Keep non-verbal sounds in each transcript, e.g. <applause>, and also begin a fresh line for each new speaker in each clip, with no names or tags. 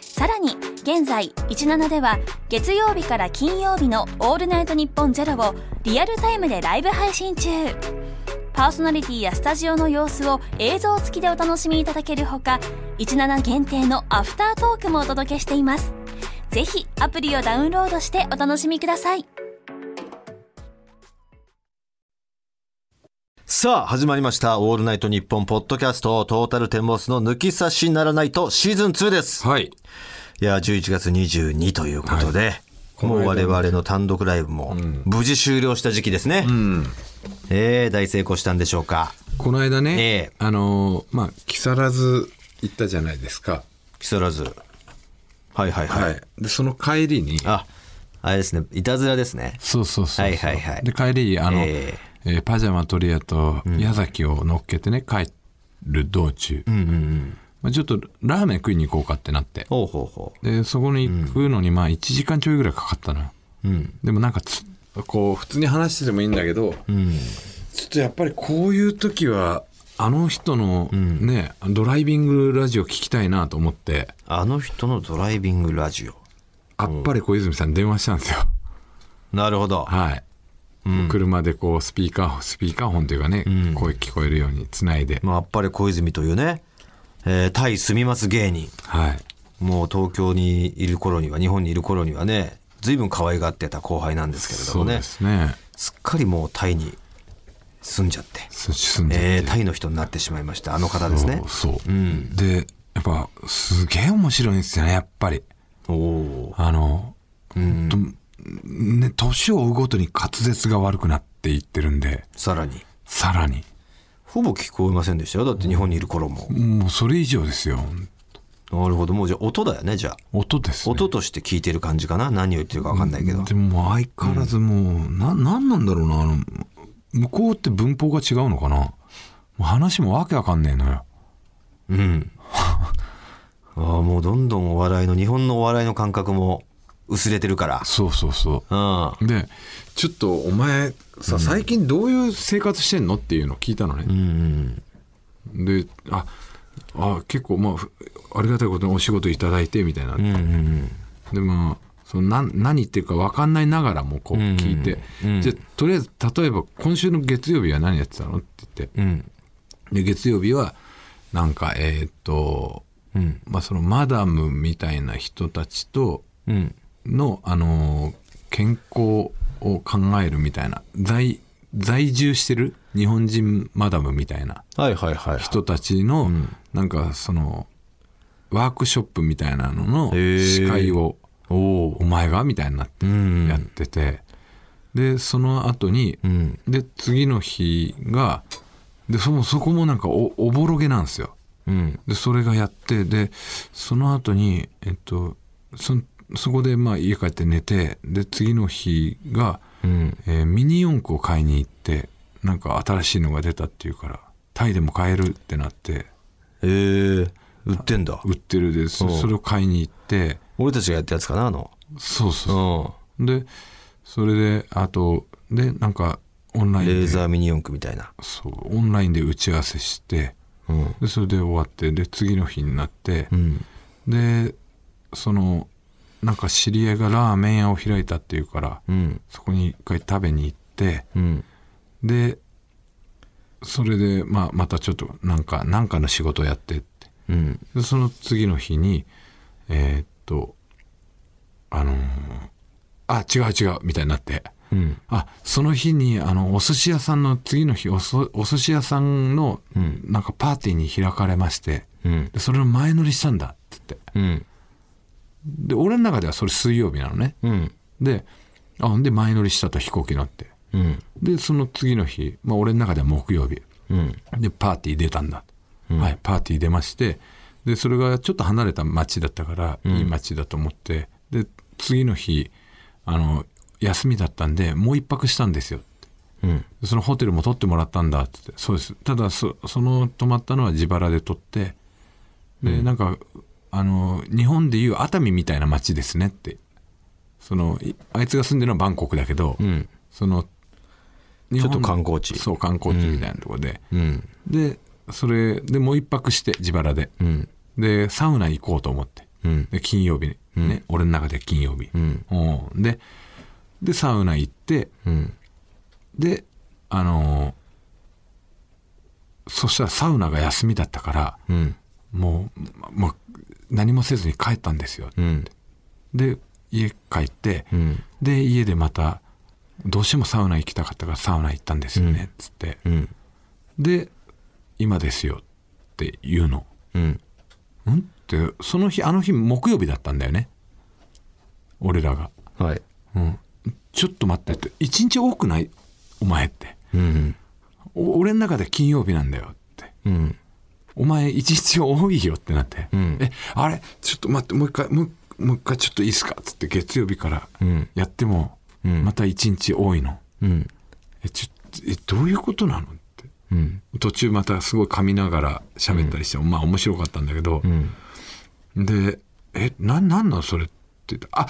さらに現在17では月曜日から金曜日の「オールナイトニッポンゼロをリアルタイムでライブ配信中パーソナリティやスタジオの様子を映像付きでお楽しみいただけるほか17限定のアフタートークもお届けしていますぜひアプリをダウンロードしてお楽しみください
さあ、始まりました。オールナイトニッポンポッドキャスト、トータルテンボスの抜き差しならないとシーズン2です。
はい。
いや、11月22ということで、もう我々の単独ライブも無事終了した時期ですね。えー、大成功したんでしょうか。
この間ね、
ええ
あのーまあ、木更津行ったじゃないですか。
木更津。はいはいはい。
はい。で、その帰りに、
あ、あれですね、いたずらですね。
そうそうそうそう。
はいはいはい
で、帰り、あの、
え
えーパジャマトリアと矢崎を乗っけてね、帰る道中、まあ、ちょっとラーメン食いに行こうかってなって。
ほうほうほ
で、そこに行くのに、まあ、1時間ちょいぐらいかかったのよ。でもなんかつ、こう、普通に話しててもいいんだけど、ちょっとやっぱりこういう時は、あの人のね、ドライビングラジオ聞きたいなと思って、
う。あの人のドライビングラジオ。
あっぱれ小泉さんに電話したんですよ。
なるほど。
はい。車でこうスピーカー、スピーカーホンというかね、声聞こえるようにつないで、
まあ、あっぱれ小泉というね、えー、タイ住みます芸人。
はい。
もう東京にいる頃には、日本にいる頃にはね、随分可愛がってた後輩なんですけれど
そ
も
う
ね
で、すね。
すっかりもうタイに住んじゃって、
そ進んでって
えータイの人になってしまいました、あの方ですね。
そうそうで、やっぱ、すげえ面白いんですよね、やっぱり。
おお
あの、ほんとね、年を追うごとに滑舌が悪くなっていってるんで、
さらに。
さらに。
ほぼ聞こえませんでしたよ。だって日本にいる頃も。
もうそれ以上ですよ。
なるほど。もうじゃあ音だよね、じゃあ。
音ですね。
音として聞いてる感じかな。何を言ってるか分かんないけど。
でももう相変わらずもう、な、なんなんだろうな、あの、向こうって文法が違うのかな。もう話もわけわかんねえのよ。
うん。ああ、もうどんどんお笑いの、日本のお笑いの感覚も薄れてるから。
そうそうそうう。で、ちょっとお前さ、最近どういう生活してんのっていうのを聞いたのね。
ん。うん。
でああ結構まあふありがたいことにお仕事いただいてみたいな、
うんうんうん。
でもその何何言ってるか分かんないながらもこう聞いて、じゃあとりあえず例えば今週の月曜日は何やってたのって言って
うん。
で月曜日はなんかえーっと、
うん
まあ、そのマダムみたいな人たちと
うん。
の、あのー健康を考えるみたいな在在住してる日本人マダムみたいな
はいはいはい。
人たちの、なんかそのワークショップみたいなのの
へー
司会を
おお
お前がみたいになって
ん
やってて、でその後に、
ん
で次の日がでそもそこもなんかおおぼろげなんですよ
うん。
でそれがやってでその後にえっとそそこでまあ家帰って寝てで次の日が、
うん。
えーミニ四駆を買いに行ってなんか新しいのが出たっていうからタイでも買えるってなって
えー、売ってんだ。
売ってるでそ
うん
それを買いに行って
俺たちがやったやつかな、あの。
そうそう
う
でそれであとでなんかオンライ
ん。レ
ン
ー
で
ザーミニ四駆みたいな。
そうオンラインで打ち合わせして
うん。
でそれで終わってで次の日になって
う、ん。
でそのなんか知り合いがラーメン屋を開いたっていうから、
うん。
そこに一回食べに行って
うん。
でそれで、まあ、またちょっとなんかなんかの仕事をやってって
うん。
でその次の日にえーっとあのーあ違う違うみたいになって
うん。
あその日にあのお寿司屋さんの次の日おそお寿司屋さんの
うん
なんかパーティーに開かれまして
うん。
でそれの前乗りしたんだって言って
うん。
で俺の中ではそれ水曜日なのね
うん。
であで前乗りしたと飛行機乗って
うん。
でその次の日、まあ、俺の中では木曜日
うん。
でパーティー出たんだ、はいパーティー出ましてでそれがちょっと離れた町だったから、いい町だと思ってで次の日あの休みだったんで、もう一泊したんですよ。
うん。
そのホテルも取ってもらったんだって言ってそうですただそその泊まったのは自腹で取ってで、なんかあの日本でいう熱海みたいな街ですねってそのいあいつが住んでるのはバンコクだけど、
うん。
その日
ちょっと観光地
そう観光地みたいなとこで、
うん。
でそれでもう一泊して自腹で、
うん。
でサウナ行こうと思って
うん。
で金曜日ね、俺の中で金曜日、
うん。
おうででサウナ行って
うん。
であのーそしたらサウナが休みだったから
うん。
もうまもう何もせずに帰ったんですよ、
うん。
で家帰って、
うん。
で家でまたどうしてもサウナ行きたかったからサウナ行ったんですよ
う
ね、
ん
つって
うん。
で今ですよって言うの
うん。
んってその日あの日木曜日だったんだよね俺らが、
はい。
うん、ちょっと待ってって一日多くないお前って
うん。
お俺の中で金曜日なんだよって
うん。
お前一日多いよってなって、
ん
えあれちょっと待ってもう一回もうもう一回ちょっといいっすかっつって月曜日から
うん
やっても、
うん
また一日多いの
うん。
えちょえどういうことなのって
うん。
途中またすごい噛みながら喋ったりしても、まあ面白かったんだけど、
うん。
で「えななんなのそれ」って言って「あ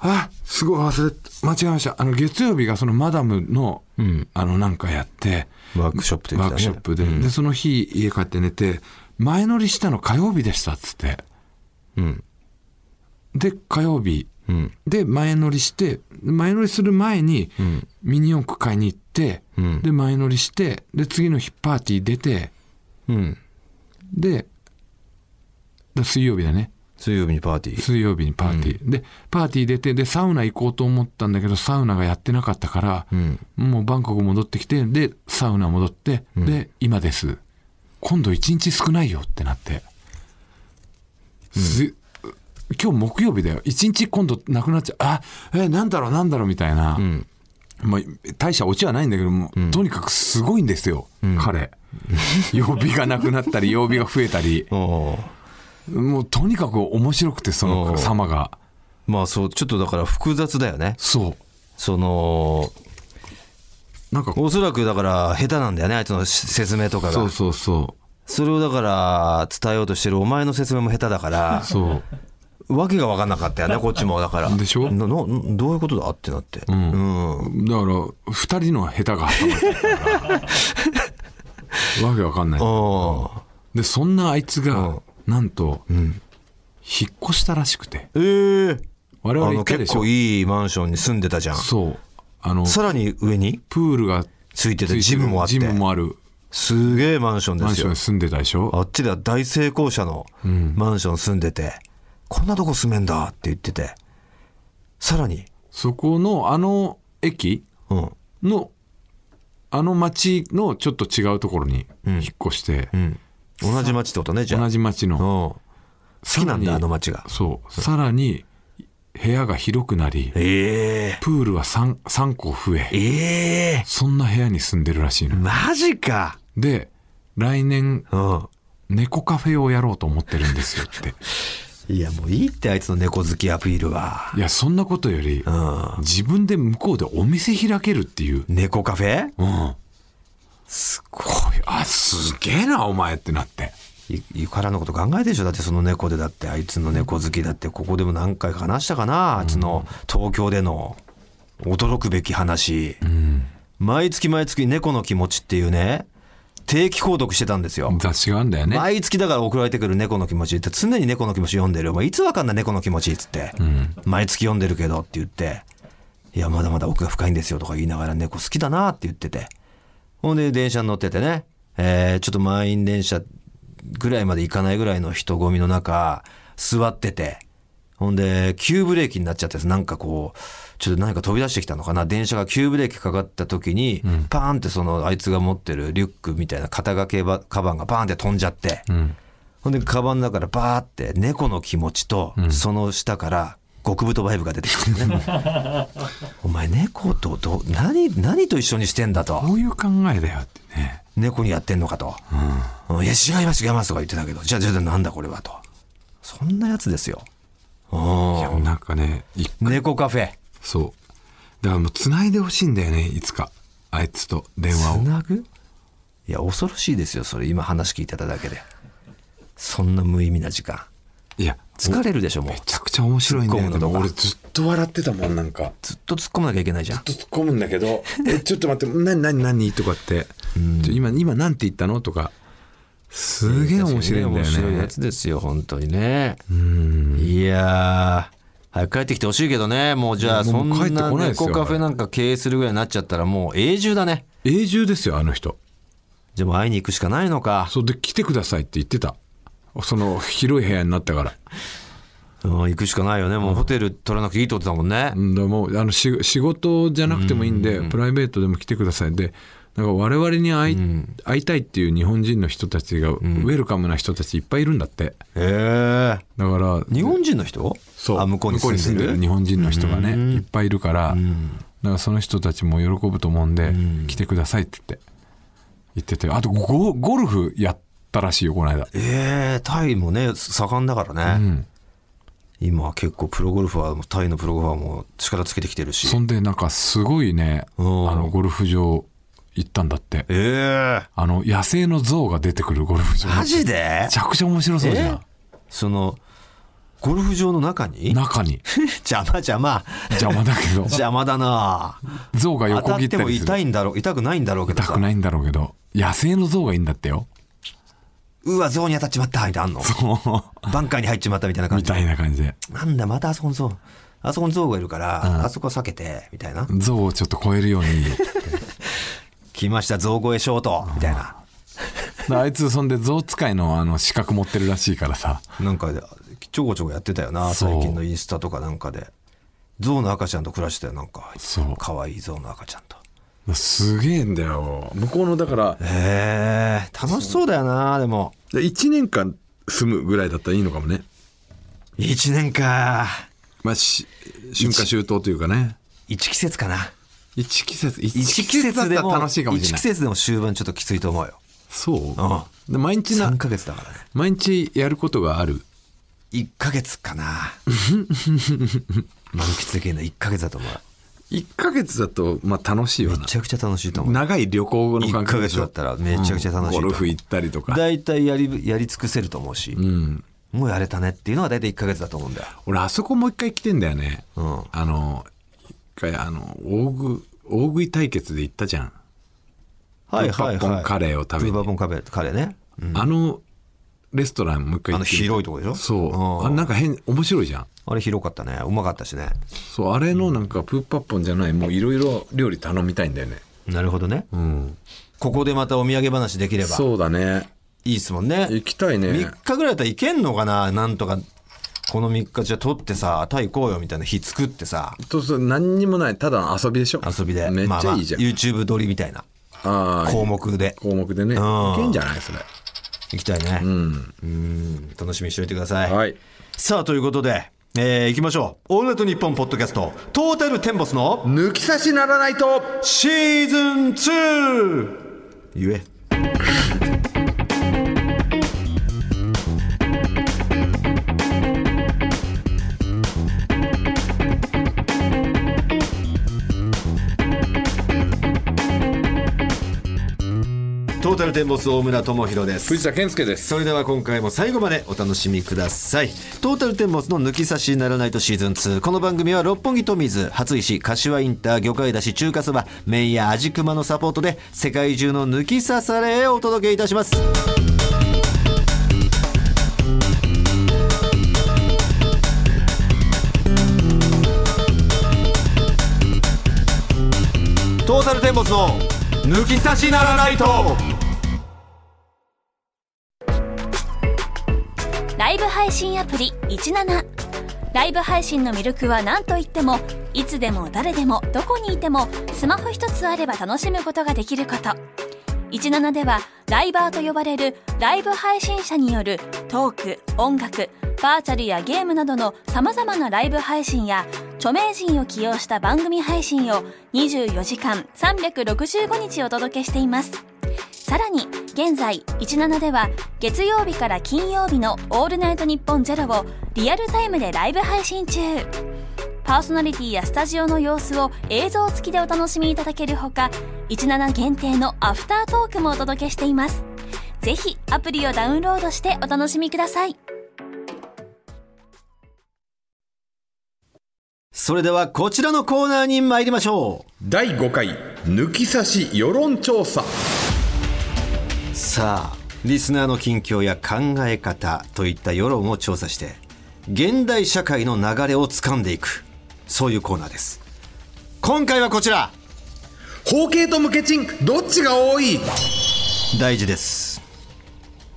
あすごい忘れて間違えましたあの月曜日がそのマダムの、
ん
あのなんかやって
ワークショップというかね
ワークショップで,、でその日家帰って寝て前乗りしたの火曜日でしたっつって
うん。
で火曜日
うん。
で前乗りして前乗りする前に
ん
ミニ四駆買いに行って、
うん
で前乗りしてで次の日パーティー出て
うん。
でで水曜日だね
水曜日にパーティー。
水曜日にパーティー、でパーティー出てでサウナ行こうと思ったんだけどサウナがやってなかったから、
ん
もうバンコク戻ってきてでサウナ戻って、で今です今度一日少ないよってなって、す今日木曜日だよ一日今度なくなっちゃうあえなんだろうなんだろうみたいな、
ん
まあ、大したオチはないんだけども、とにかくすごいんですよ、 <laughs> 彼曜日がなくなったり曜日が増えた <laughs> り
おー
もうとにかく面白くてそ
お
の
う
様が。
まあそう、ちょっとだから複雑だよね。
そ
その、
う。なんか、
おそらくだから下手なんだよね、あいつの説明とかが。
そうそうそ
それをだから伝えようとしてるお前の説明も下手だから
う。、そう。
わけが分かんなかったよね、こっちも。だから。
でしょ
ななどういうことだってなって。うん。
だから、二人の下手が挟まれてるから。わけわかんない。
ああ。
で、そんなあい
う
つ
ん
が、なんと、引っ越したらしくて。
ええ
我
あ
々行
の、
ったで
結
しょ
構。いいマンションに住んでたじゃん。
そう。あの、
さらに上に
プールが
ついて
ついて
て、
る
ジムもあって
ジ。ムもある
すげえマンションで
マン
す
ション
よ
に。住んでたでし
あ
ょ。
っちでは大成功者のマンション住んでて、こんなとこ住めんだって言ってて、さらに、
そこの、あの、駅
うん。
の、あの町のちょっと違うところに引っ越して、
うん。同じ町ってことね、じゃあ。
同
じ。
じ町の
うん。好きなん
さら
だ、
に
あの町が。
そう。さらに、部屋が広くなり、
ええ
プールは 3, 3個増え、
ええ
そんな部屋に住んでるらしいの。
マジか。
で、来年、
うん。
猫カフェをやろうと思ってるんですよ <laughs> って。
いや、もういいって、あいつの猫好きアピールは。
いや、そんなことより、
うん。
自分で向こうでお店開けるっていう。
猫カフェ
うん。
すご
こういう、あ、すげえな、お前ってなって。
い。ゆからのこと考えてるでしょだってその猫でだってあいつの猫好きだってここでも何回か話したかなあいつの東京での驚くべき話、毎月毎月猫の気持ちっていうね定期購読してたんですよ、
雑誌があんだよね。
毎月だから送られてくる猫の気持ちって常に猫の気持ち読んでる。お前いつわかんない猫の気持ちっつって、毎月読んでるけどって言って、いや、まだまだ奥が深いんですよとか言いながら猫好きだなって言ってて。ほんで電車に乗っててね、えーちょっと満員電車ぐらいまで行かないぐらいの人混みの中、座ってて、ほんで、急ブレーキになっちゃってなんかこう、ちょっと何か飛び出してきたのかな。電車が急ブレーキかかった時に、パーンってその、あいつが持ってるリュックみたいな肩掛けばカバンがパーンって飛んじゃって、ほんで、カバンの中からバーって猫の気持ちと、その下から極太バイブが出てきてね。お前猫とど、何、何と一緒にしてんだと。
こういう考えだよってね。
猫にやってんのかと。うんいや、違います、違いますとか言ってたけど、じゃあ、じゃあ、なんだこれはと。そんなやつですよ。うん
いや、なんかね、い
猫カフェ。
そう。だからもう繋いでほしいんだよねいつかあいつと電話を
つなぐいや恐ろしいですよそれ今話聞いてただけでそんな無意味な時間
いや
疲れるでしょもう
めちゃくちゃ面白いんだよ
突っ込むの
で
と
も
か
俺ずっと笑ってたもんなんか
ずっと突っ込まなきゃいけないじゃん
ずっと突っ込むんだけど「 <laughs> えちょっと待って何何何?」とかって「ちょ今今何て言ったの?」とかすげえ面白いんだ
面
よね
白いやつですよ本当にねいやー早く帰ってきてほしいけどねもうじゃあそ
も
ん
う帰って
な
こないですよ
猫カフェなんか経営するぐらいになっちゃったらもう永住だね
永住ですよあの人
じゃあもう会いに行くしかないのか
それで来てくださいって言ってたその広い部屋になったから
うん行くしかないよねもうホテル取らなくていいってことだもんね
うんだからもうあのし仕事じゃなくてもいいんで、プライベートでも来てくださいでなんか我々に会い,、会いたいっていう日本人の人たちが、ウェルカムな人たちいっぱいいるんだって
へえ
だから
日本人の人
そう
あ向こうに住んでる
日本人の人がね、いっぱいいるから、だからその人たちも喜ぶと思うんで、来てくださいって言って言っててあとゴゴルフやったらしいよこの間
ええタイもね盛んだからね、今は結構プロゴルファーもタイのプロゴルファーも力つけてきてるし
そんでなんかすごいねあ
うん
のゴルフ場行ったんだって
ええ
あの野生の象が出てくるゴルフ場
マジ
め
で
ちゃくちゃ面白そうじゃん
そのゴルフ場の中に
中に
<laughs> 邪魔邪魔
邪魔だけ
<laughs>
ど
邪魔だな
象が
当た
横
っ
切ってた
も
りす
痛
る
いんだろう痛くないんだろうけど
痛
さ
くないんだろうけど野生の象がいいんだってよ
うわ象に当たっちまったみたいなのあんのバンカーに入っちまったみたいな感
み
じ
たいな感じで
なんだまたあそこに象あそこに象がいるから、あそこ避けてみたいな
象をちょっと超えるように
来ました象越えショートみたいな <laughs>
であいつそんで象使いのあの資格持ってるらしいからさ
なんかちょこちょこやってたよな
そう
最近のインスタとかなんかで象の赤ちゃんと暮らしてたよなんか
そう
可愛い象の赤ちゃんと
すげえんだよ向こうのだから
へえ楽しそうだよなでも
1年間住むぐらいだったらいいのかもね
1年か
まあし春夏秋冬というかね
1季節かな
一季節一
一季節で
だった
も
ら楽しいかもしれ
一
な
季
い
節でも終盤ちょっときついと思うよ
そう、で毎日な
3ヶ月だからね
毎日やることがある
1ヶ月 <laughs> かな満喫できるの1ヶ月だと思う
1ヶ月だとまあ楽しいよ
め
な
ちゃくちゃ楽しいと思う
長い旅行の感覚でしょ
一ヶ月だったらめちゃくちゃ楽しいと思う
うんゴルフ行ったりとか
大体やりやり尽くせると思うし、
うん
もうやれたねっていうのは大体1ヶ月だと思うんだよ
俺あそこもう一回来てんだよね、
うん
あの一回あの大食大食い対決で行ったじゃん、
はいはいはい
ブーバポンカレーを食べに
ブーバポンカレーカレーね
あのレストランもう一回行ってみた
あの広いとこでしょ
そう、
うん
あなんか変面白いじゃん
あれ広かったねうまかったしね
そうあれのなんかプーパッポンじゃないもういろいろ料理頼みたいんだよね
なるほどね
うん
ここでまたお土産話できれば
そうだね
いいっすもんね
行きたいね
3日ぐらいだったらいけんのかななんとかこの3日じゃ取ってさタイ行こうよみたいな日作ってさ
そうそう何にもないただの遊びでしょ
遊びで
めっちゃいいじゃん、
まあまあ YouTube 撮りみたいな
ああ
項目で
項目でね、
うん
いけんじゃないそれ
行きたいねうん楽しみにしておいてください、
はい
さあということでえー、行きましょう「オールナイトニッポン」ポッドキャストトータルテンボスの
抜き差しならないと
シーズン 2! ゆえトータルテンボス大村智広です
藤田健介です
それでは今回も最後までお楽しみくださいトータルテンボスの抜き差しならないとシーズン2この番組は六本木と水初石柏インター魚介だし中華そば麺や味熊のサポートで世界中の抜き差されへお届けいたしますトータルテンボスの抜き差しならないと
ライブ配信アプリ17ライブ配信の魅力は何といってもいつでも誰でもどこにいてもスマホ一つあれば楽しむことができること17ではライバーと呼ばれるライブ配信者によるトーク音楽バーチャルやゲームなどのさまざまなライブ配信や著名人を起用した番組配信を24時間365日お届けしていますさらに現在17では月曜日から金曜日の「オールナイトニッポンゼロをリアルタイムでライブ配信中パーソナリティやスタジオの様子を映像付きでお楽しみいただけるほか17限定のアフタートークもお届けしていますぜひアプリをダウンロードしてお楽しみください
それではこちらのコーナーに参りましょう
第5回抜き差し世論調査
さあリスナーの近況や考え方といった世論を調査して現代社会の流れをつかんでいくそういうコーナーです今回はこちら
包茎と無ケチンどっちが多い
大事です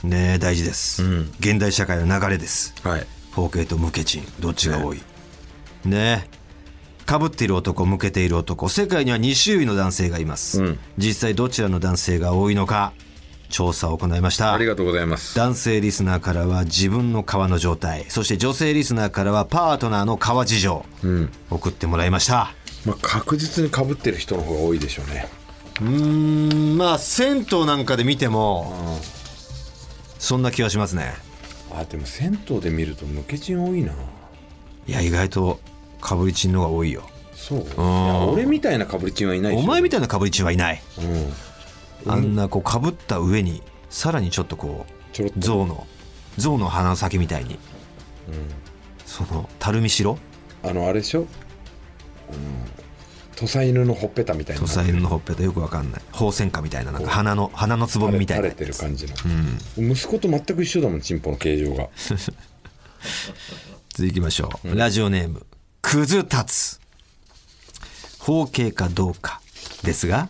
ねえ大事です、現代社会の流れです
はい
包茎と無ケチンどっちが多いねえかぶっている男向けている男世界には2種類の男性がいます、実際どちらの男性が多いのか調査を行いました
ありがとうございます
男性リスナーからは自分の皮の状態そして女性リスナーからはパートナーの皮事情、送ってもらいました
まあ、確実にかぶってる人の方が多いでしょうね
うーんまあ銭湯なんかで見ても、そんな気はしますね
あでも銭湯で見ると無ケチン多いない
や意外とかぶりちんの方が多いよ
そういや俺みたいなかぶりチンはいないで
お
しょ
前みたいなかぶりちんはいない
うん
あんなこうかぶった上にさらにちょっとこ
ちょろっ
う
と
象の象の鼻の先みたいに、そのたるみしろ
あのあれでしょ、うん、土佐犬のほっぺたみたい
土
な
佐犬のほっぺたよくわかんない宝泉花みたいななんか鼻の鼻のつぼ
垂
み
れ
みたいな
垂れてる感じの、息子と全く一緒だもんチンポの形状が
続きましょう、ラジオネームくずたつ包茎かどうかですが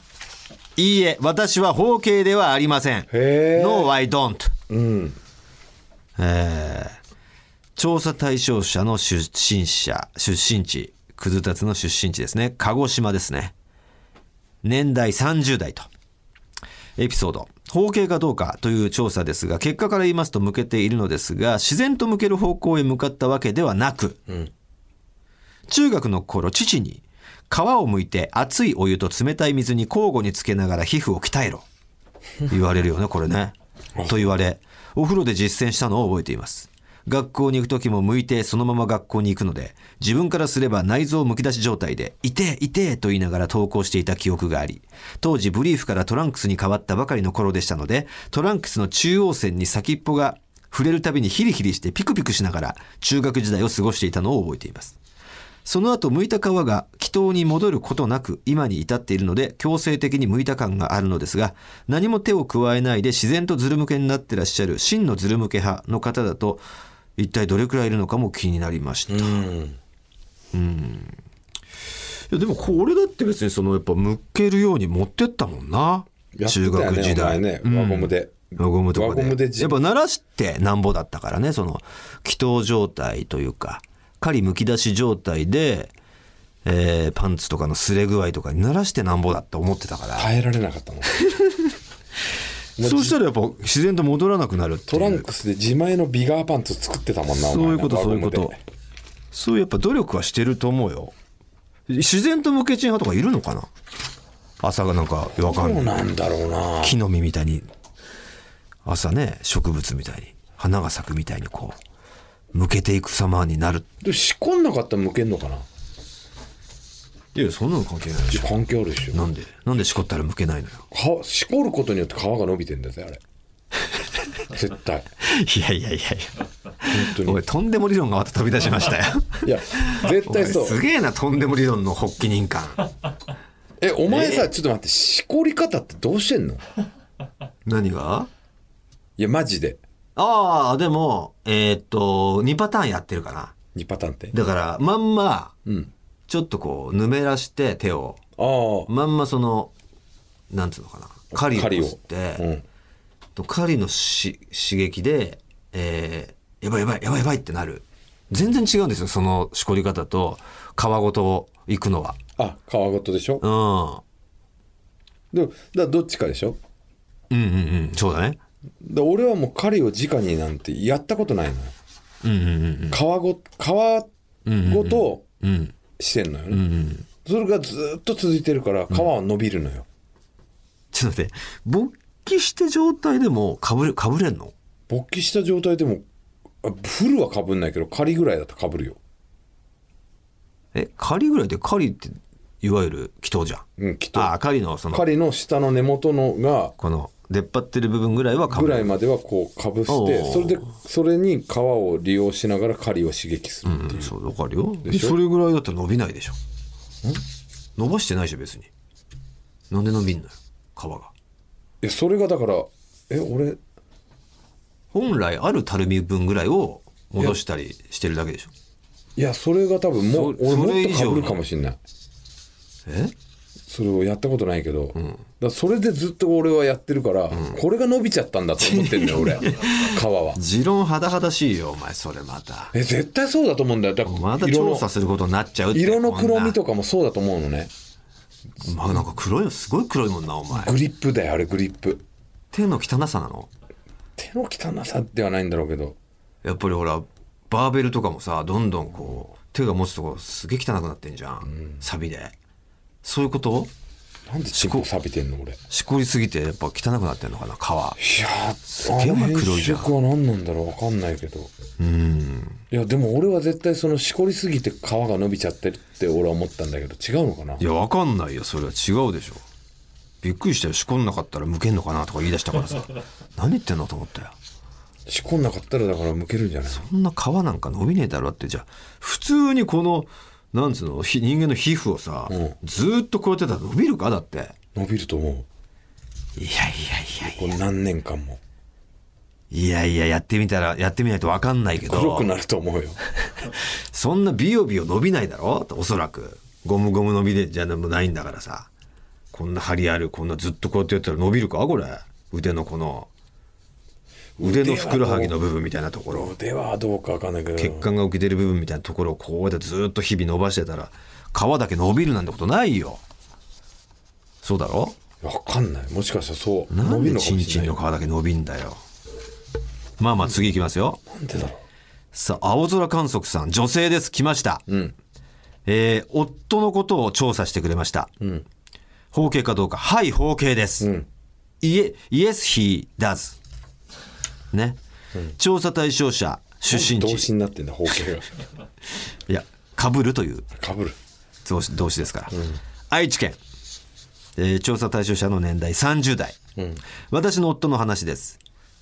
いいえ私は包茎ではありません
へー
No I don't
うん
えー調査対象者の出身者出身地くずたつの出身地ですね鹿児島ですね年代30代とエピソード包茎かどうかという調査ですが結果から言いますと向けているのですが自然と向ける方向へ向かったわけではなく、中学の頃父に皮を剥いて熱いお湯と冷たい水に交互につけながら皮膚を鍛えろ言われるよねこれね。と言われお風呂で実践したのを覚えています。学校に行く時も剥いてそのまま学校に行くので自分からすれば内臓むき出し状態で「痛え痛え」と言いながら投稿していた記憶があり当時ブリーフからトランクスに変わったばかりの頃でしたのでトランクスの中央線に先っぽが触れるたびにヒリヒリしてピクピクしながら中学時代を過ごしていたのを覚えています。その後剥いた皮が気筒に戻ることなく今に至っているので強制的に剥いた感があるのですが何も手を加えないで自然とズル向けになってらっしゃる真のズル向け派の方だと一体どれくらいいるのかも気になりました。うんいやでもこれだって別にそのやっぱ向けるように持ってったもんな
やってた
中
よね
学時代
お前ね輪ゴムで、
輪ゴムとか
輪ゴム
で
でじ
やっぱ鳴らしてなんぼだったからねその気筒状態というか狩りむき出し状態で、えーパンツとかの擦れ具合とかに鳴らしてなんぼだって思ってたから、
耐えられなかったの
そうしたらやっぱ自然と戻らなくなるって
トラ
い
ン
う
クスで自前のビガーパンツ作ってたもんなお前
そういうこと
輪
そう
ゴ
いう
ム
こ
で
とそういうやっぱ努力はしてると思うよ自然と無けチン派とかいるのかな朝がなんかわかん
そう
ない
なんだろうな
木の実みたいに朝ね植物みたいに花が咲くみたいにこう向けていく様になる
で仕込んなかったらむけんのかない
やそんなの関係ないでしょ
環境あるでしょ
なんでなんでしこったら向けないのよ
はしこることによって皮が伸びてんだぜあれ絶対
<laughs> いやいやいやい
本
や
当
お
に
いとんでも理論がまた飛び出しま <laughs> したよ
いや絶
おい
対そう
すげえなとんでも理論の発起人 <laughs> 感
えお前さちょっと待ってしこり方ってどうしてんの
何が
いやマジで
ああでもえーっと2パターンやってるかな
2パターンって
だからまんま
うん
ちょっとこうぬめらして手を
ああ
まんまそのなんつうのかな狩りを
狩りを
吸って、
うん
と狩りのし刺激で、えーやばいやばいやばいやばいってなる全然違うんですよそのしこり方と皮ごとを行くのは
あ皮ごとでしょ、
う
でもだからどっちかでしょ
んうんうんうんそうだね
で俺はもう狩りを直になんてやったことないのよ
うんうん
皮ご皮ごと
うんうん
してんのよね、
うんうん
それがずっと続いてるから皮は伸びるのよ、
ちょっと待って勃起して状態でもかぶれかぶれんの
勃起した状態でもあフルはかぶんないけど狩りぐらいだとかぶるよ
え、狩りぐらいで狩りって、いわゆる祈祷じゃん。
うん、きっと。
ああ、狩りのその、
狩りの下の根元のが、
この出っ張ってる部分ぐらいはか
ぐ
ぶ
らいまではこうかぶ
お
して
ー
それでそれに皮を利用しながら狩りを刺激するっていう、
そう、わかるよ。
でしょ
それぐらいだったら伸びないでしょ。伸ばしてないでしょ、別に。なんで伸びんのよ、皮が。
いやそれがだからえ俺
本来あるたるみ分ぐらいを戻したりしてるだけでしょ。
いやそれが多分もう
そ
俺も
それ
っ
以
とか
上の
ぶるかもしれない
え
それをやったことないけど、だからそれでずっと俺はやってるから、これが伸びちゃったんだと思ってん
<laughs>
だよ俺皮は
持論肌々しいよ、お前、それまた。
え絶対そうだと思うんだよだから
また
色
調
の
査することになっちゃうって
色の黒み
か。
とかもそうだと思うのね
こんなまあ、なんか黒い、すごい黒いもんな、お前。
グリップだよあれグリップ
手の汚さなの
手の汚さではないんだろうけど
やっぱりほら、バーベルとかもさ、どんどんこう、手が持つとこすげえ汚くなってんじゃん。サビで。そういうこと
なんでチンコ錆びてんの俺
しこりすぎてやっぱ汚くなってんのかな皮
いやー、
すげえお前黒いじゃん
あの変色は何なんだろうわかんないけど。いや、でも俺は絶対そのしこりすぎて皮が伸びちゃってるって俺は思ったんだけど、違うのかない
やわかんないよそれは違うでしょびっくりしたよしこんなかったらむけんのかなとか言い出したから <laughs> さ何言ってんのと思ったよ
しこんなかったらだから剥けるんじゃない
こんな皮なんか伸びねえだろってじゃあ普通にこのなんつうのひ人間の皮膚をさ、
ん
ずーっとこうやってたら伸びるかだっていや
伸びると思う。
いやいや
これ何年間も。
いやいややってみたらやってみないとわかんないけど
黒くなると思うよ。
そんなビヨビヨ伸びないだろおそらく。ゴムゴム伸びでじゃないんだからさ。こんな針ある、こんなずっとこうやってやったら伸びるかこれ。腕のこの、腕のふくらはぎの部分みたいなところ、
腕はどうかわかんないけど。
血管が浮き出る部分みたいなところをこうやってずっと日々伸ばしてたら、皮だけ伸びるなんてことないよ。そうだろ
わかんない。もしかしたらそう。
な
伸
ん
びる
で
のか
チ
も
ン
し
チ
れ
ン
な
の
い。
皮だけ伸びんだよ。まあまあ次いきますよ。
なんでだろ
さあ、青空観測さん、女性です。来ました。えー夫のことを調査してくれました。包茎かどうか。はい、包茎です。イエ、イエス、ヒー、ダズ。ね。調査対象者、出身
う。動
地。
詞になってんだ、包茎
<laughs>
が。
いや、かぶるという
かぶる。
動詞動詞ですから。愛知県。えー調査対象者の年代30代、私の夫の話です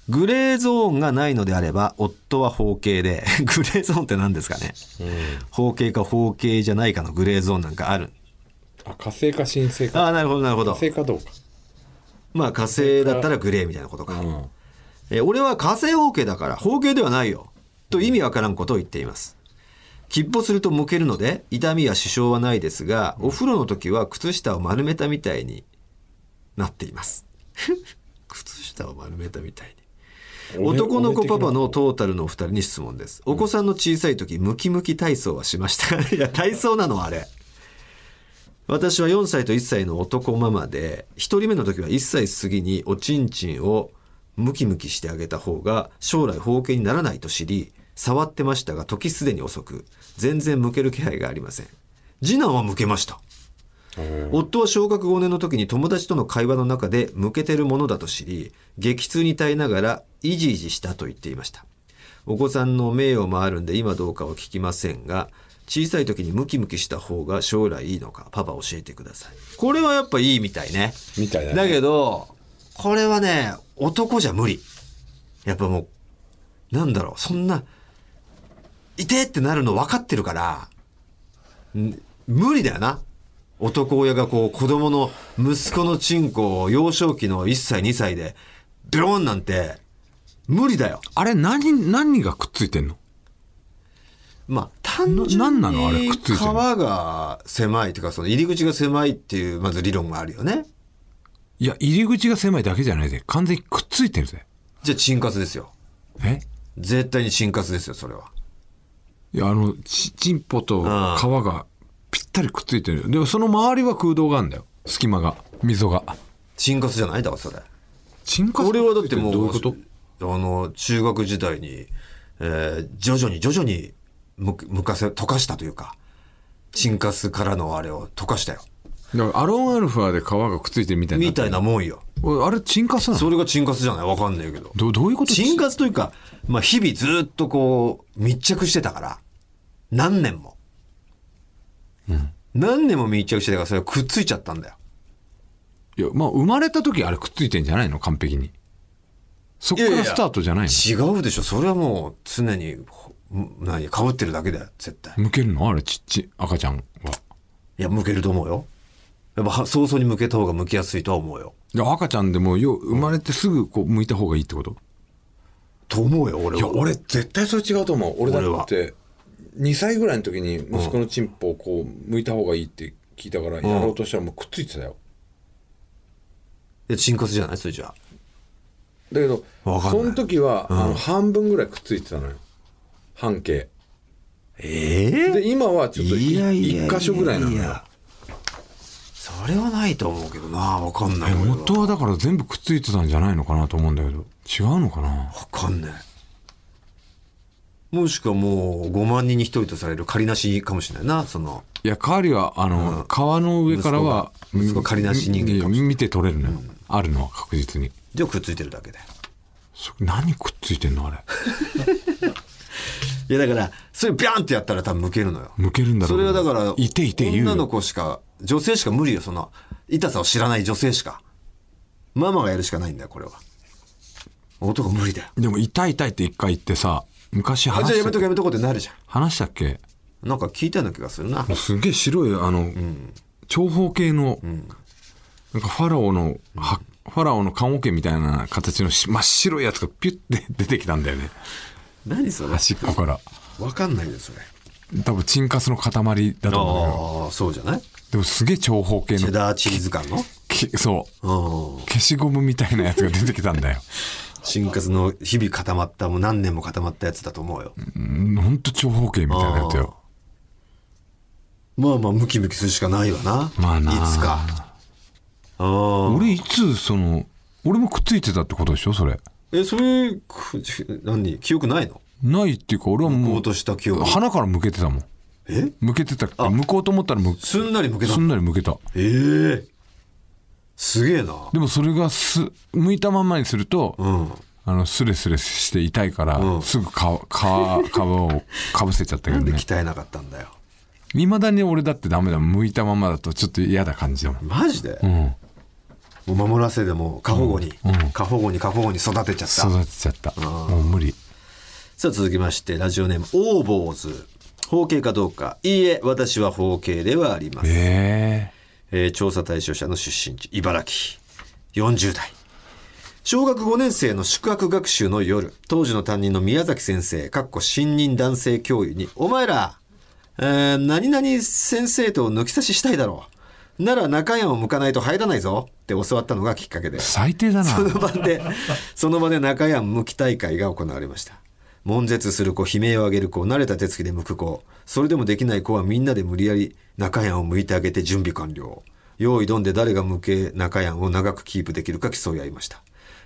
グレーゾーンがないのであれば夫は包茎で <laughs> グレーゾーンって何ですかね、包茎か包茎じゃないかのグレーゾーンなんかある
あ、火星か新星
あ
か。
あなるほどなるほ
火
ど
星かどうか。
まあ火星だったらグレーみたいなことか、
うん。
えー俺は火星包茎だから包茎ではないよと意味わからんことを言っています切符するとむけるので痛みや支障はないですがお風呂の時は靴下を丸めたみたいになっています <laughs> 靴下を丸めたみたいに男の子パパのトータルのお二人に質問ですお子さんの小さい時ムキムキ体操はしました <laughs> いや体操なのあれ私は4歳と1歳の男ママで1人目の時は1歳過ぎにおちんちんをムキムキしてあげた方が将来包茎にならないと知り触ってましたが時すでに遅く全然むける気配がありません次男はむけました夫は小学5年の時に友達との会話の中で向けてるものだと知り激痛に耐えながらイジイジしたと言っていましたお子さんの名誉もあるんで今どうかは聞きませんが小さい時にムキムキした方が将来いいのかパパ教えてくださいこれはやっぱいいみたいね
みたいだね
だけどこれはね男じゃ無理やっぱもうなんだろうそんな痛えってなるの分かってるからん無理だよな男親がこう子供の息子のチンコを幼少期の1歳2歳でベロンなんて無理だよ
あれ何何がくっついてんの
まあ単純
な
に
なんなのあれくっついてんの
皮が狭いというかその入り口が狭いっていうまず理論があるよね
いや入り口が狭いだけじゃないで完全にくっついてるぜ
じゃあチンカスですよ
え
絶対にチンカスですよそれはい
やあのちチンポと皮がぴったりくっついてるでもその周りは空洞があるんだよ隙間が溝が
チンカスじゃないだからそれ
チンカス
これはだってもう
どういうこと
あの中学時代に、えー徐々に徐々にむむかせ溶かしたというかチンカスからのあれを溶かしたよ
だからアロンアルファで皮がくっついてるみたいにな
みたいなもんよ
おいあれチンカスなの
それがチンカスじゃないわかんないけど
どどういうこと
チンカスというか、まあ、日々ずっとこう密着してたから何年も何年も密着してたからそれがくっついちゃったんだよ
いや、まあ、生まれた時あれくっついてんじゃないの完璧に。そっか
いやいや
らスタートじゃないの
違うでしょそれはもう常にほ何かぶってるだけだよ絶対
向けるのあれ、ちっち、赤ちゃんは。
いや向けると思うよやっぱは早々に向けた方が向きやすいとは思うよ
いや赤ちゃんでも、よ、生まれてすぐこう、向いた方がいいってこと
と思うよ俺はい
や、俺絶対それ違うと思う。俺だ
俺は
って、2歳ぐらいの時に息子のチンポをこう、向いた方がいいって聞いたから、やろうとしたらもうくっついてたよ。
えチンコスじゃないそれじゃあ
だけど、
わかんない
その時は、あの、半分ぐらいくっついてたのよ。半径。
え
で、今はちょっとい
いやいやいやいや
一箇所ぐらいなのよ。
それはないと思うけどなわかんない俺は
元はだから全部くっついてたんじゃないのかなと思うんだけど。違うのかな
わかんないもしくはもう5万人に1人とされる仮なしかもしれないなその
いや、カーリは、あの、川の上からは、
息子が息子仮なし人間かもしれない
いや見て取れるのよ。あるのは確実に。
でくっついてるだけで
そ何くっついてんのあれ。
いやだからそれビャンってやったら多分向けるのよ
向けるんだろ
そうれは
な
だから
いていて言うよ
女の子しか女性しか無理よその痛さを知らない女性しかママがやるしかないんだよこれは男無理だよ
でも、痛い痛いって一回言ってさ、昔
あ
話
じゃあや
し
めと
た
こやめとこってなるじゃ
話したっけ
んなんか聞いたような気がするな
すげえ白い、あの、長方形の、なんかファラオの、はファラオの棺桶みたいな形のし真っ白いやつがピュッて <laughs> 出てきたんだよね。
何それ
端っこから。
わかんないよそれ
多分、チンカスの塊だと思うんだけど。
ああそうじゃない
でもすげえ長方形
チェ
の、
ダーチーズ感の
きそう。
うん
消しゴムみたいなやつが出てきたんだよ。
新活の日々固まったもう何年も固まったやつだと思うよ、
うんほんと長方形みたいなやつよ。
まあまあムキムキするしかないわな
まあない
つかああ
俺いつ、その、俺もくっついてたってことでしょそれ。
えそれく何記憶ないの
ないっていうか、俺は
こ
も
うとした記憶
う、鼻から向けてたもん。
え
向けてたっけ向こうと思ったら向
すんなり向けた
すんなり向けた。
ええすげえな
でもそれがす、向いたまんまにすると、
うん
あの、スレスレして痛いから、すぐか、か、皮をかぶせちゃったけ
な
ど
んで
ね。
鍛えなかったんだよ
いまだに俺だってダメだもん。向いたままだとちょっと嫌な感じだもん。
マジで、
うん。
もう守らせでもう過保護に、過保護に過保護に育てちゃった
育てちゃった。もう無理。
さあ続きましてラジオネームオーボーズ包茎かどうかいいえ私は包茎ではありません
え
えー調査対象者の出身地茨城40代小学5年生の宿泊学習の夜当時の担任の宮崎先生かっこ新任男性教諭に「お前ら、えー何々先生と抜き差ししたいだろう」なら中山を向かないと入らないぞって教わったのがきっかけで
え最低だな。
その場で、その場で中山向き大会が行われました。悶絶する子、悲鳴を上げる子、慣れた手つきで向く子、それでもできない子はみんなで無理やり中山を向いてあげて準備完了。用意どんで誰が向け中山を長くキープできるか競い合いました。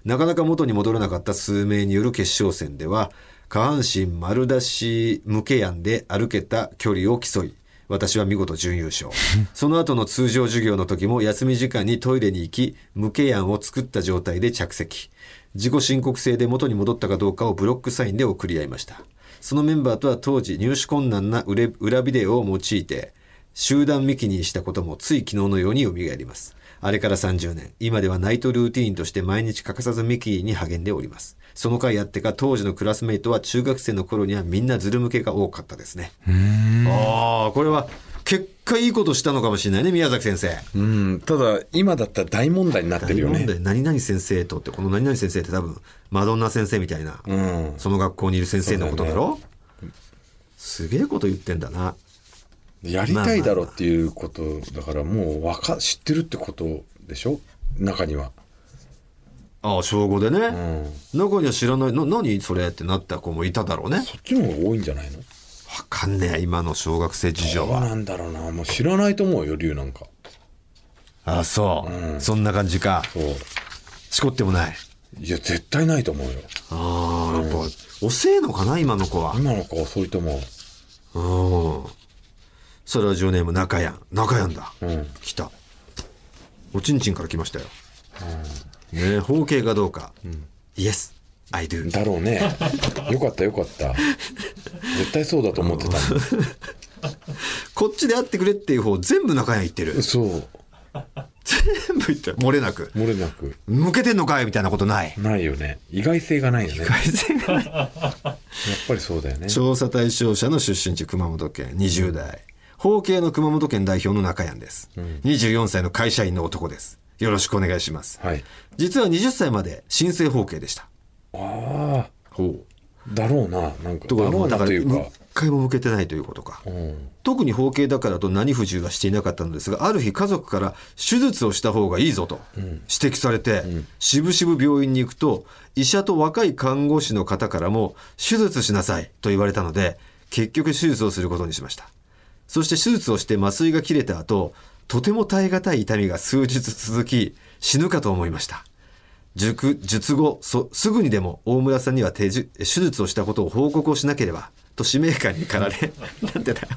なかなか元に戻らなかった数名による決勝戦では、下半身丸出し向けやんで歩けた距離を競い、私は見事準優勝その後の通常授業の時も休み時間にトイレに行き無形案を作った状態で着席自己申告制で元に戻ったかどうかをブロックサインで送り合いましたそのメンバーとは当時入手困難な裏裏ビデオを用いて集団ミキにしたこともつい昨日のように蘇りますあれから30年今ではナイトルーティーンとして毎日欠かさずミキに励んでおりますその回あってか当時のクラスメイトは中学生の頃にはみんなズル向けが多かったですねああこれは結果いいことしたのかもしれないね宮崎先生。
<laughs> うん。ただ、今だったら大問題になってるよ
問
ね。
題何々先生とってこの何々先生って多分マドンナ先生みたいな、
うん。
その学校にいる先生のことだろすげえこと言ってんだな。
やりたいだろっていうことだから、もうわか、知ってるってことでしょ中には。
ああ小5で
う
ね、
ん。
中には知らないな何それってなった子もいただろうね。わ
そっちの方が多いんじゃないの
かんねえ今の小学生事
どう
情は。
なんだろうな。もう知らないと思うよ、竜なんか。
ああそう、そんな感じか。
そう。
しこってもない。
いや、絶対ないと思うよ。
ああやっぱ遅えのかな今の子は。
今の子は遅いと思う。
うん。それラジオネーム中やん。中やんだ。
ん
来た。おちんちんから来ましたよ。ねえ、包茎かどうか。イエス、I do。
だろうね。 <laughs> よかったよかった。絶対そうだと思ってたの。
こっちで会ってくれっていう方全部中屋行って
<laughs>
る
そう
全部行ってる漏れなく
漏れなく
向けてんのかいみたいなこと
<laughs>
ない
ないよね意外性がないよねやっぱりそうだよね
調査対象者の出身地熊本県20代法系の熊本県代表の中山です、24歳の会社員の男ですよろしくお願いします、
はい
実は20歳まで新生法系でした
ああだろうななんか
とこ
だ
ろ
ろ
も
う
だ
な
から
とい
一
うか
回も向けてないということか、特に包茎だからと何不自由はしていなかったのですがある日家族から手術をした方がいいぞと指摘されて、渋々病院に行くと医者と若い看護師の方からも手術しなさいと言われたので結局手術をすることにしましたそして手術をして麻酔が切れた後とても耐え難い痛みが数日続き死ぬかと思いました熟術後そすぐにでも大村さんには手術手術をしたことを報告をしなければと使命感に駆られ <laughs> なんてだよ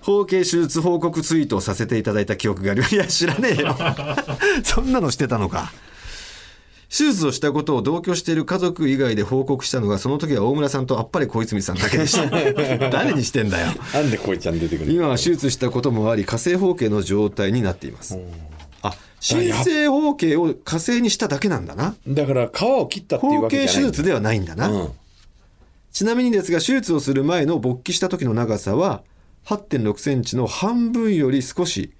包茎手術報告ツイートをさせていただいた記憶がありますい <laughs> や知らねえよそんなのしてたのか手術をしたことを同居している家族以外で報告したのがその時は大村さんとあっぱれ小泉さんだけでした
<laughs>
誰にしてんだよ
なんでこいちゃん出てくる
今は手術したこともあり火星包茎の状態になっていますあ新生包茎を火星にしただけなんだな
だから皮を切ったっていう
包
わけ
茎
じ
手
ゃないんだ
術ではないんだな、
うん
ちなみにですが手術をする前の勃起した時の長さは8.6センチの半分より少し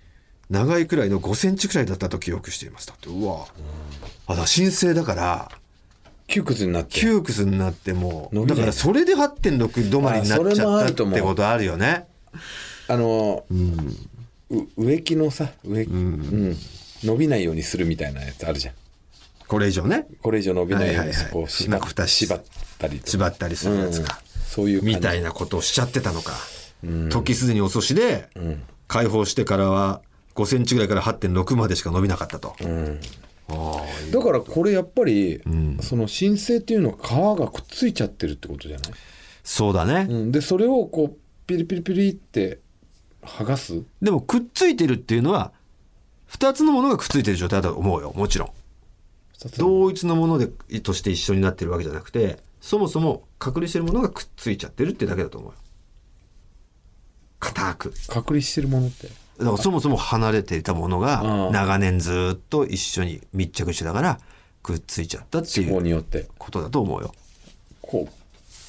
長いくらいの5センチくらいだったと記憶していますだってうわあだから新生だから
窮屈になって
窮屈になっても
伸
う
びな
だ
い
からそれで8.6止まりになっちゃった
あそれもあると
っ
思う
てことあるよね
あの、う植木のさ植木、うん伸びないようにするみたいなやつあるじゃん
これ以上ね
これ以上伸びないように
はいはいはい
こう縛
なんか蓋し
縛ったりとか
縛ったりするやつか、
うんそういう感じ
みたいなことをしちゃってたのか、時すでに遅しで、解放してからは5センチぐらいから8.6までしか伸びなかったと、
だからこれやっぱり、その申請っていうのは皮がくっついちゃってるってことじゃない、
そうだね、
うん、でそれをこうピリピリピリって剥がす
でもくっついてるっていうのは2つのものがくっついてる状態だと思うよもちろん
二つの
同一のものでとして一緒になってるわけじゃなくてそもそも隔離してるものがくっついちゃってるってだけだと思うよ固く
隔離してるものって
だからそもそも離れていたもの
う
が
ん
長年ずっと一緒に密着してたからくっついちゃったってい
地方
う
によって
ことだと思うよ
こ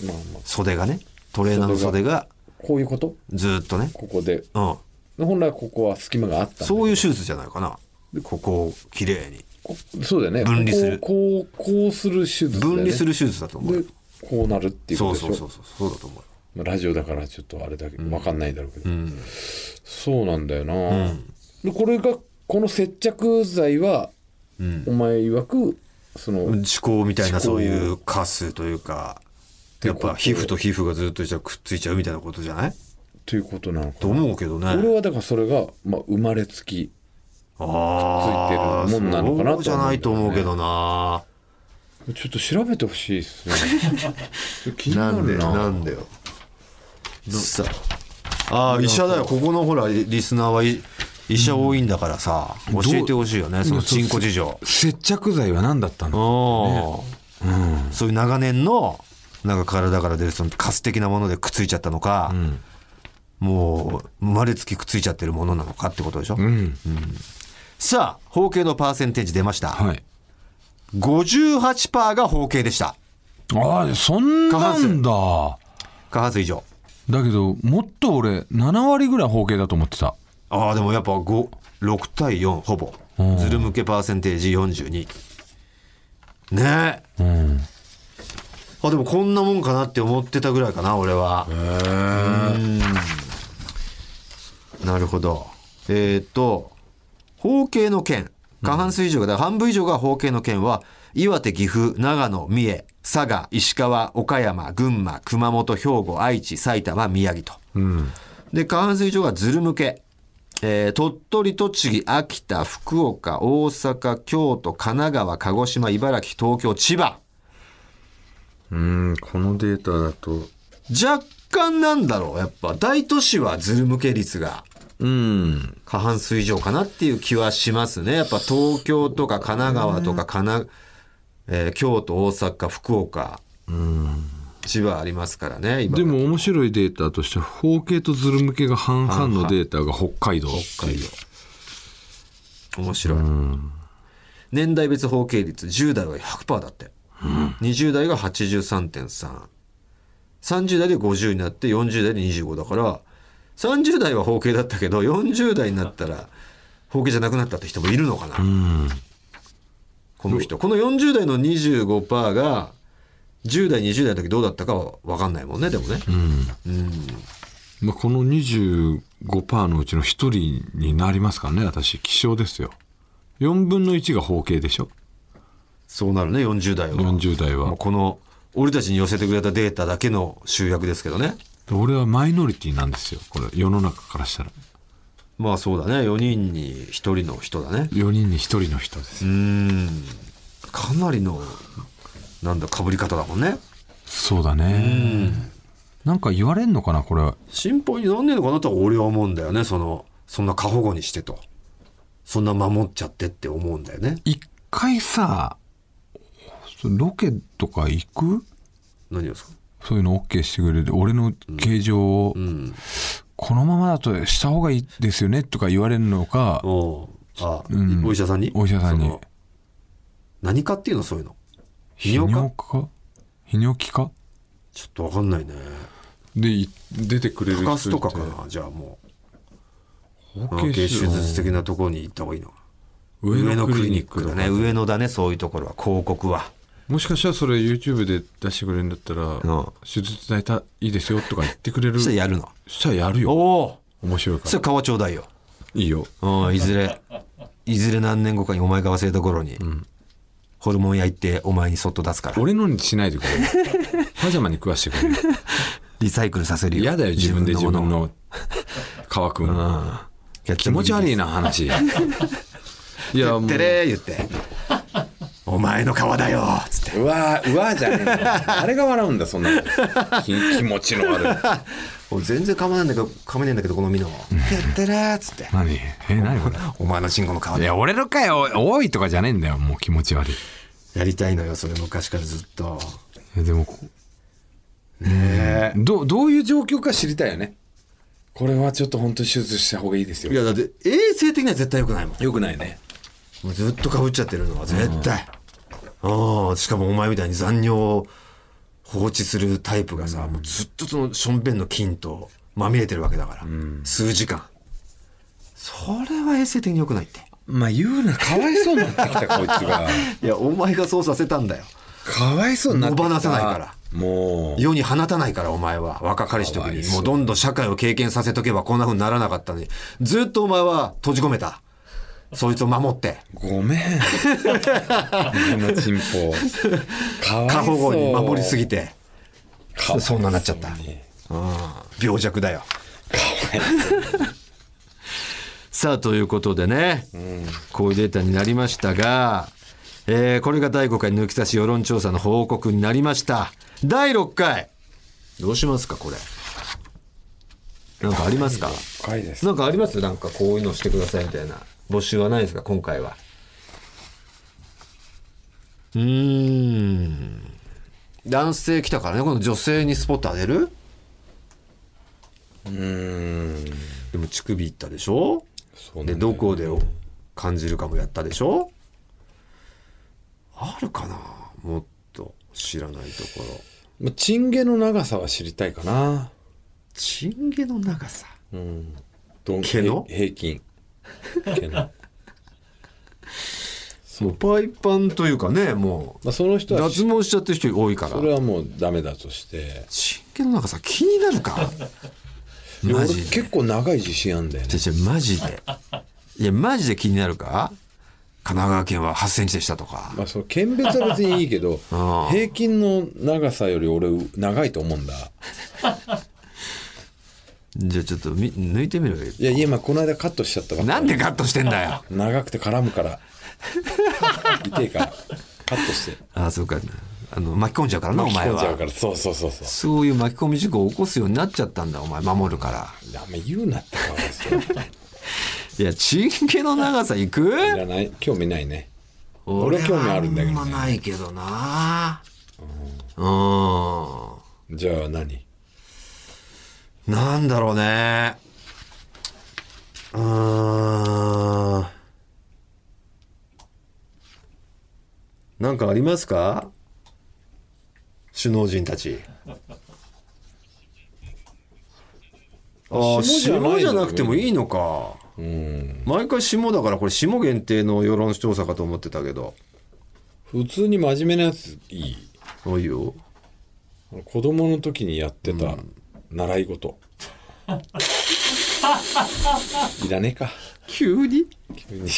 うまあまあ
袖がねトレーナーの袖が
こういうこと
ずっとね
ここで
うん
本来ここは隙間があったんだけど
そういう手術じゃないかなここをきれいに
こそうだよね
分離する
こうこうこうする手術だよね
分離する手術だと思うよ
でこうなるっていうこ
そ
と
う
でしょ
そうそうそうそうだと思うよ
まあラジオだからちょっとあれだけど分かんないだろうけど、そうなんだよな、でこれがこの接着剤は、お前曰くその、
思考みたいな
思
そ
考
ういうカスというかやっぱ皮膚と皮膚がずっと一緒にくっついちゃうみたいなことじゃない
ということなのか
と思うけどね
俺はだからそれが、まあ、生まれつき
あ
くっついてるもんなのかなとは思うんだよね
そうじゃないと思うけどな
ちょっと調べてほしいっすねちょっと気にな
<laughs> なんで
るな
なんだよさああー医者だよここのほらリリスナーはい医者多いんだからさ、
う
教えてほしいよねその
そう
チンコ事情
接着剤は何だった
う
の
ん、そういう長年のなんか体から出るそのカス的なものでくっついちゃったのか、もう生まれつきくっついちゃってるものなのかってことでしょ、
うん。
さあ包茎のパーセンテージ出ました、
はい。
58%が包茎でした
ああ、そんなんだ。
過半数以上
だけど、もっと俺、7割ぐらい包茎だと思ってた。
ああでもやっぱ56対4ほぼ
うん
ズル向けパーセンテージ42ねえ
うん。
あでもこんなもんかなって思ってたぐらいかな俺はへえなるほどえーっと包茎の県過半数以上が、だから半分以上が包茎の県は岩手岐阜長野三重佐賀石川岡山群馬熊本兵庫愛知埼玉宮城と、で過半数以上がズル向け、えー鳥取栃木秋田福岡大阪京都神奈川鹿児島茨城東京千葉
うん、このデータだと。
若干なんだろうやっぱ大都市はズル向け率が
うん。
過半数以上かなっていう気はしますねやっぱ東京とか神奈川とか神奈、えー京都大阪福岡ちはありますからね今
でも面白いデータとして方形とズル向けが半々のデータが北海道
北海道面白い年代別方形率10代は100%だって、20代が83.330代で50になって40代で25だから30代は方形だったけど40代になったら方形じゃなくなったって人もいるのかな、この人この40代の25%が10代20代の時どうだったかは分かんないもんねでもね、
まあ、この25%のうちの1人になりますからね私希少ですよ4分の1が方形でしょ
そうなるね40代は
40代
も
は
うこの俺たちに寄せてくれたデータだけの集約ですけどね
で俺はマイノリティなんですよこれ世の中からしたら
まあそうだね4人に1人の人だね
4人に1人の人です
うーんかなりのなんだかぶり方だもんね
そうだねなんか言われんのかなこれは
心配になんねえのかなとは俺は思うんだよねそのそんな過保護にしてとそんな守っちゃってって思うんだよね
一回さロケとか行く
何をですか
そういうの OK してくれる俺の形状を、
うん
このままだとした方がいいですよねとか言われるのか
おうあ、
うん
お医者さんに
お医者さ
そ
んに
の何かっていうのそういうの泌
泌
尿
尿
か
か泌尿器か
ちょっと分かんないね
でい出てくれる
ふ
人
か
いて
すとかかなじゃあもう
包
形
茎
手
手
術的なところに行った方がいいの
上野クリニック
だね上野だねそういうところは広告は
もしかしたらそれ YouTube で出してくれるんだったら、
ん
手術代たいいですよとか言ってくれる
それやるの
したらやる
お
よ
お
面白いか
そ
ら
れ川ちょうだいよ
いいよ
うんいず <laughs> れいずれ何年後かにお前が忘れた頃に、ホルモン焼いてお前にそっと出すから
俺のにしないでくれよパジャマに食わしてくれよ
リサイクルさせるよ
嫌だよ自分で自分
を
の乾くん
やって
気
みる
持ち悪いな話 <laughs> いやもう
てれー言ってお前の川だよつって
うわーうわーじゃねえよ誰が笑うんだそんなのき気持ちの悪い
俺全然噛まないんだけど噛めねえんだけどこのミノもやってれーつって
何え何これ
お前のチンコの川
<laughs> い
だよ
や俺のかよ多いとかじゃねえんだよもう気持ち悪い
やりたいのよそれ昔からずっと
いやでも
ね
どどういう状況か知りたいよねこれはちょっと本当に手術した方がいいです
えいやだって衛生的には絶対良くないもん
よくないね
もうずっとかぶっちゃってるのは絶対、ああしかもお前みたいに残尿を放置するタイプがさ、もうずっとそのしょんべんの菌とまみれてるわけだから、数時間それは衛生的に良くないって
まあ言うなかわいそうになってきたこいつが
いやお前がそうさせたんだよ
かわいそうになってきた
野放さないから
も
世に放たないからお前は若かりし時
かわい
に
そう
もうどんどん社会を経験させとけばこんな風にならなかったのにずっとお前は閉じ込めたそいつを守って
うごめ
<laughs>
んこ <laughs> のチンポかわいそう
過保護に守りすぎ
て
てそんななっちゃったうん病弱だよ。 <laughs> さあということでね、こういうデータになりましたが、えーこれが第5回抜き差し世論調査の報告になりました第6回どうしますかこれなんかありますか
深いです
なんかありますなんかこういうのしてくださいみたいな募集はないですか今回はうーん男性来たからねこの女性にスポット当てるうんでも乳首いったでしょ
そう
でどこで感じるかもやったでしょあるかなもっと知らないところ
まあチンゲの長さは知りたいかな
チンゲの長さ
どん
毛の
へ平均毛の、ま
もうパイパンというかねもう
あ、その人は
脱毛しちゃってる人多いから
それはもうダメだとして
真剣の中さ気になるかマ
俺
ジで
結構長い自信あんだよね
じゃじゃマジでいやマジで気になるか神奈川県は8センチでしたとか
まあその県別は別にいいけど
<laughs> ああ
平均の長さより俺長いと思うんだ
じゃあちょっとみ抜いてみろよ
いや今この間カットしちゃったばっか
なんでカットしてんだ
<laughs>
よ
長くて絡むから
<laughs>
痛いからカットして
ああそうかあの巻き込んじゃうからなお
巻き
前
込んじゃう
は
からそうそうそうそう
そういう巻き込み事故を起こすようになっちゃったんだお前守るから
あんま言うなって顔ですよ
いやチン毛の長さいく
いらない興味ないね俺は興味あるんだけどね
俺はあんまないけどなうん
じゃあ何
なんだろうね。うーん。なんかありますか首脳陣たち。ああ、
霜
霜
じ
じ
ゃ
ゃ
な
ない
んだ
くてもいいのか。毎回霜だからこれ霜限定の世論調査かと思ってたけど。
普通に真面目なやついい
そういう。
子供の時にやってた習
<laughs>
い事、いらねえか
急に
急に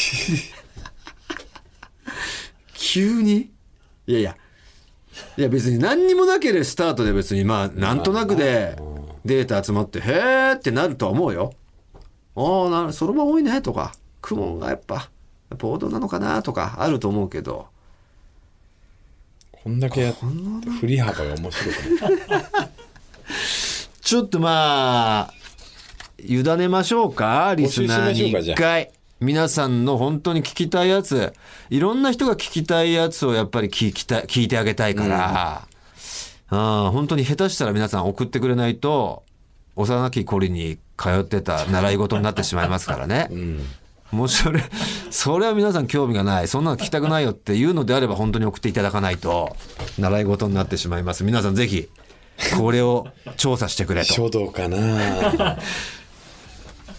急にいやいやいや別に何にもなければスタートで別にまあなんとなくでデータ集まって「へーってなるとは思うよ。ああなそろばん多いねとか雲がやっぱやっぱ王道なのかなとかあると思うけど
こんだけやって振り幅が面白くない
ちょっとまあ委ねましょうかリスナーに
募集しましょうかじゃ
一
あ
回皆さんの本当に聞きたいやついろんな人が聞きたいやつをやっぱり聞きたい聞いてあげたいから、ああ本当に下手したら皆さん送ってくれないと幼き頃に通ってた習い事になってしまいますからね。もしそれ、それは皆さん興味がない、そんなの聞きたくないよっていうのであれば本当に送っていただかないと、習い事になってしまいます。皆さんぜひ、これを調査してくれと。
書道かな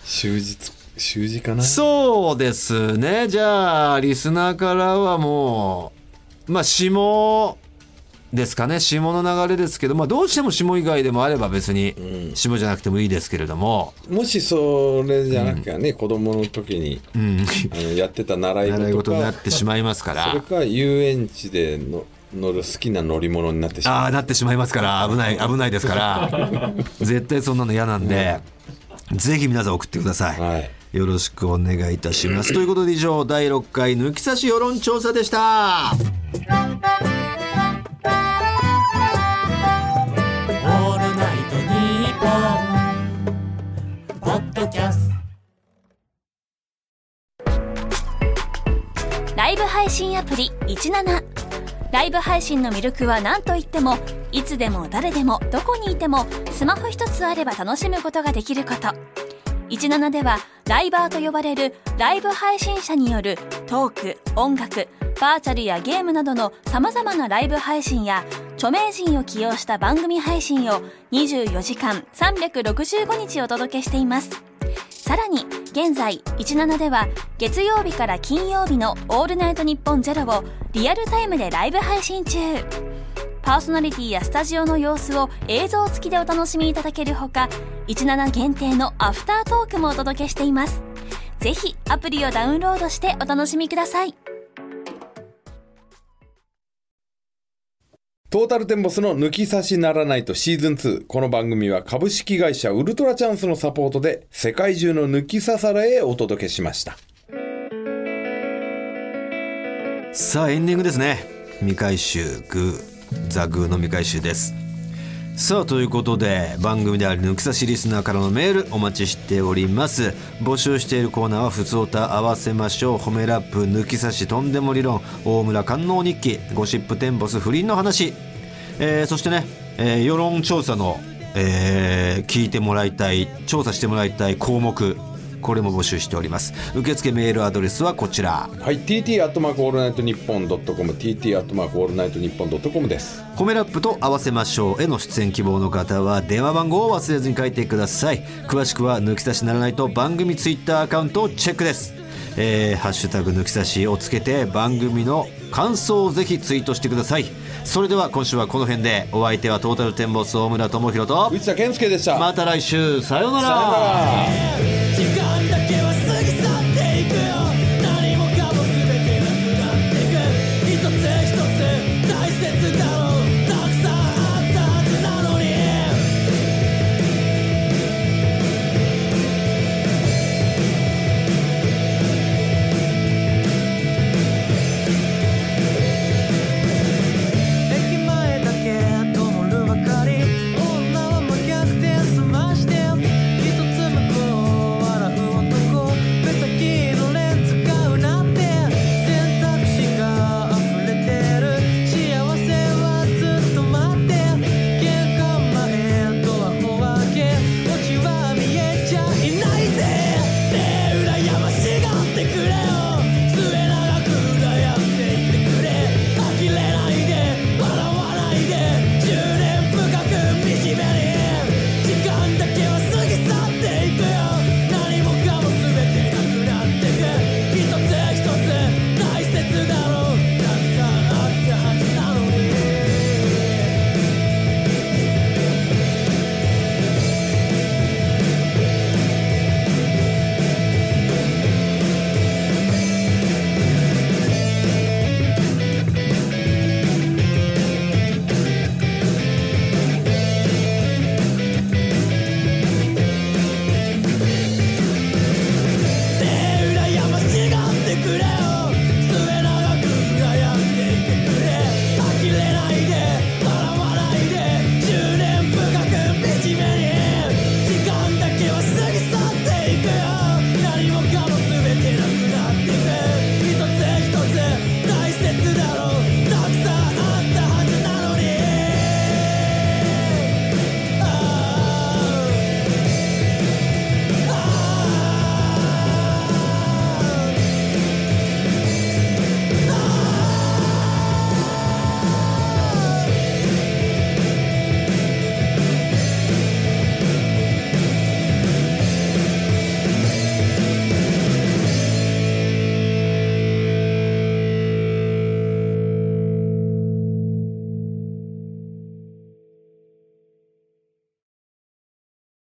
習字習字か
<laughs>
な
そうですね。じゃあ、リスナーからはもう、まあ、下ですかね。下の流れですけど、まあ、どうしても下以外でもあれば別に、下じゃなくてもいいですけれども、
もしそれじゃなくてね、子供の時に、あのやってた習い
習い
事
事にな
か
ってしまいますか
それ
ら。
か遊園地での乗る好きな乗り物になってしま
ああ、なってしまいますから、危ない、危ないですから、絶対そんなの嫌なんで、ぜひ皆さん送ってくださ
うはい
い。よろしくお願いいたします。ということで以上、第6回抜き差し世論調査でした。
「オールナイトニッポン」「ポッドキャスト」
ライブ配信アプリ17ライブ配信の魅力は何といってもいつでも誰でもどこにいてもスマホ一つあれば楽しむことができること17ではライバーと呼ばれるライブ配信者によるトーク音楽バーチャルやゲームなどのさまざまなライブ配信や著名人を起用した番組配信を24時間365日お届けしていますさらに現在17では月曜日から金曜日の「オールナイトニッポンゼロをリアルタイムでライブ配信中パーソナリティやスタジオの様子を映像付きでお楽しみいただけるほか17限定のアフタートークもお届けしていますぜひアプリをダウンロードしてお楽しみください
トータルテンボスの抜き差しならないとシーズン2。この番組は株式会社ウルトラチャンスのサポートで世界中の抜き差されへお届けしました。
さあエンディングですね未回収グーザグーの未回収ですさあということで番組である抜き差しリスナーからのメールお待ちしております募集しているコーナーは「ふつおた合わせましょう」「褒めラップ」「抜き差しとんでも理論」「大村官能日記」「ゴシップテンボス不倫の話」えーそしてね、えー世論調査の、えー聞いてもらいたい調査してもらいたい項目これも募集しております受付メールアドレスはこちら
はい、TT アットマークオールナイトニッポンドットコム、TT アットマークオールナイトニッポンドットコムです。
コメラップと合わせましょうへの出演希望の方は電話番号を忘れずに書いてください詳しくは抜き差しならないと番組ツイッターアカウントをチェックですえーハッシュタグ抜き差しをつけて番組の感想をぜひツイートしてくださいそれでは今週はこの辺でお相手はトータルテンボス大村智広と
内田健介でした。
また来週さようなら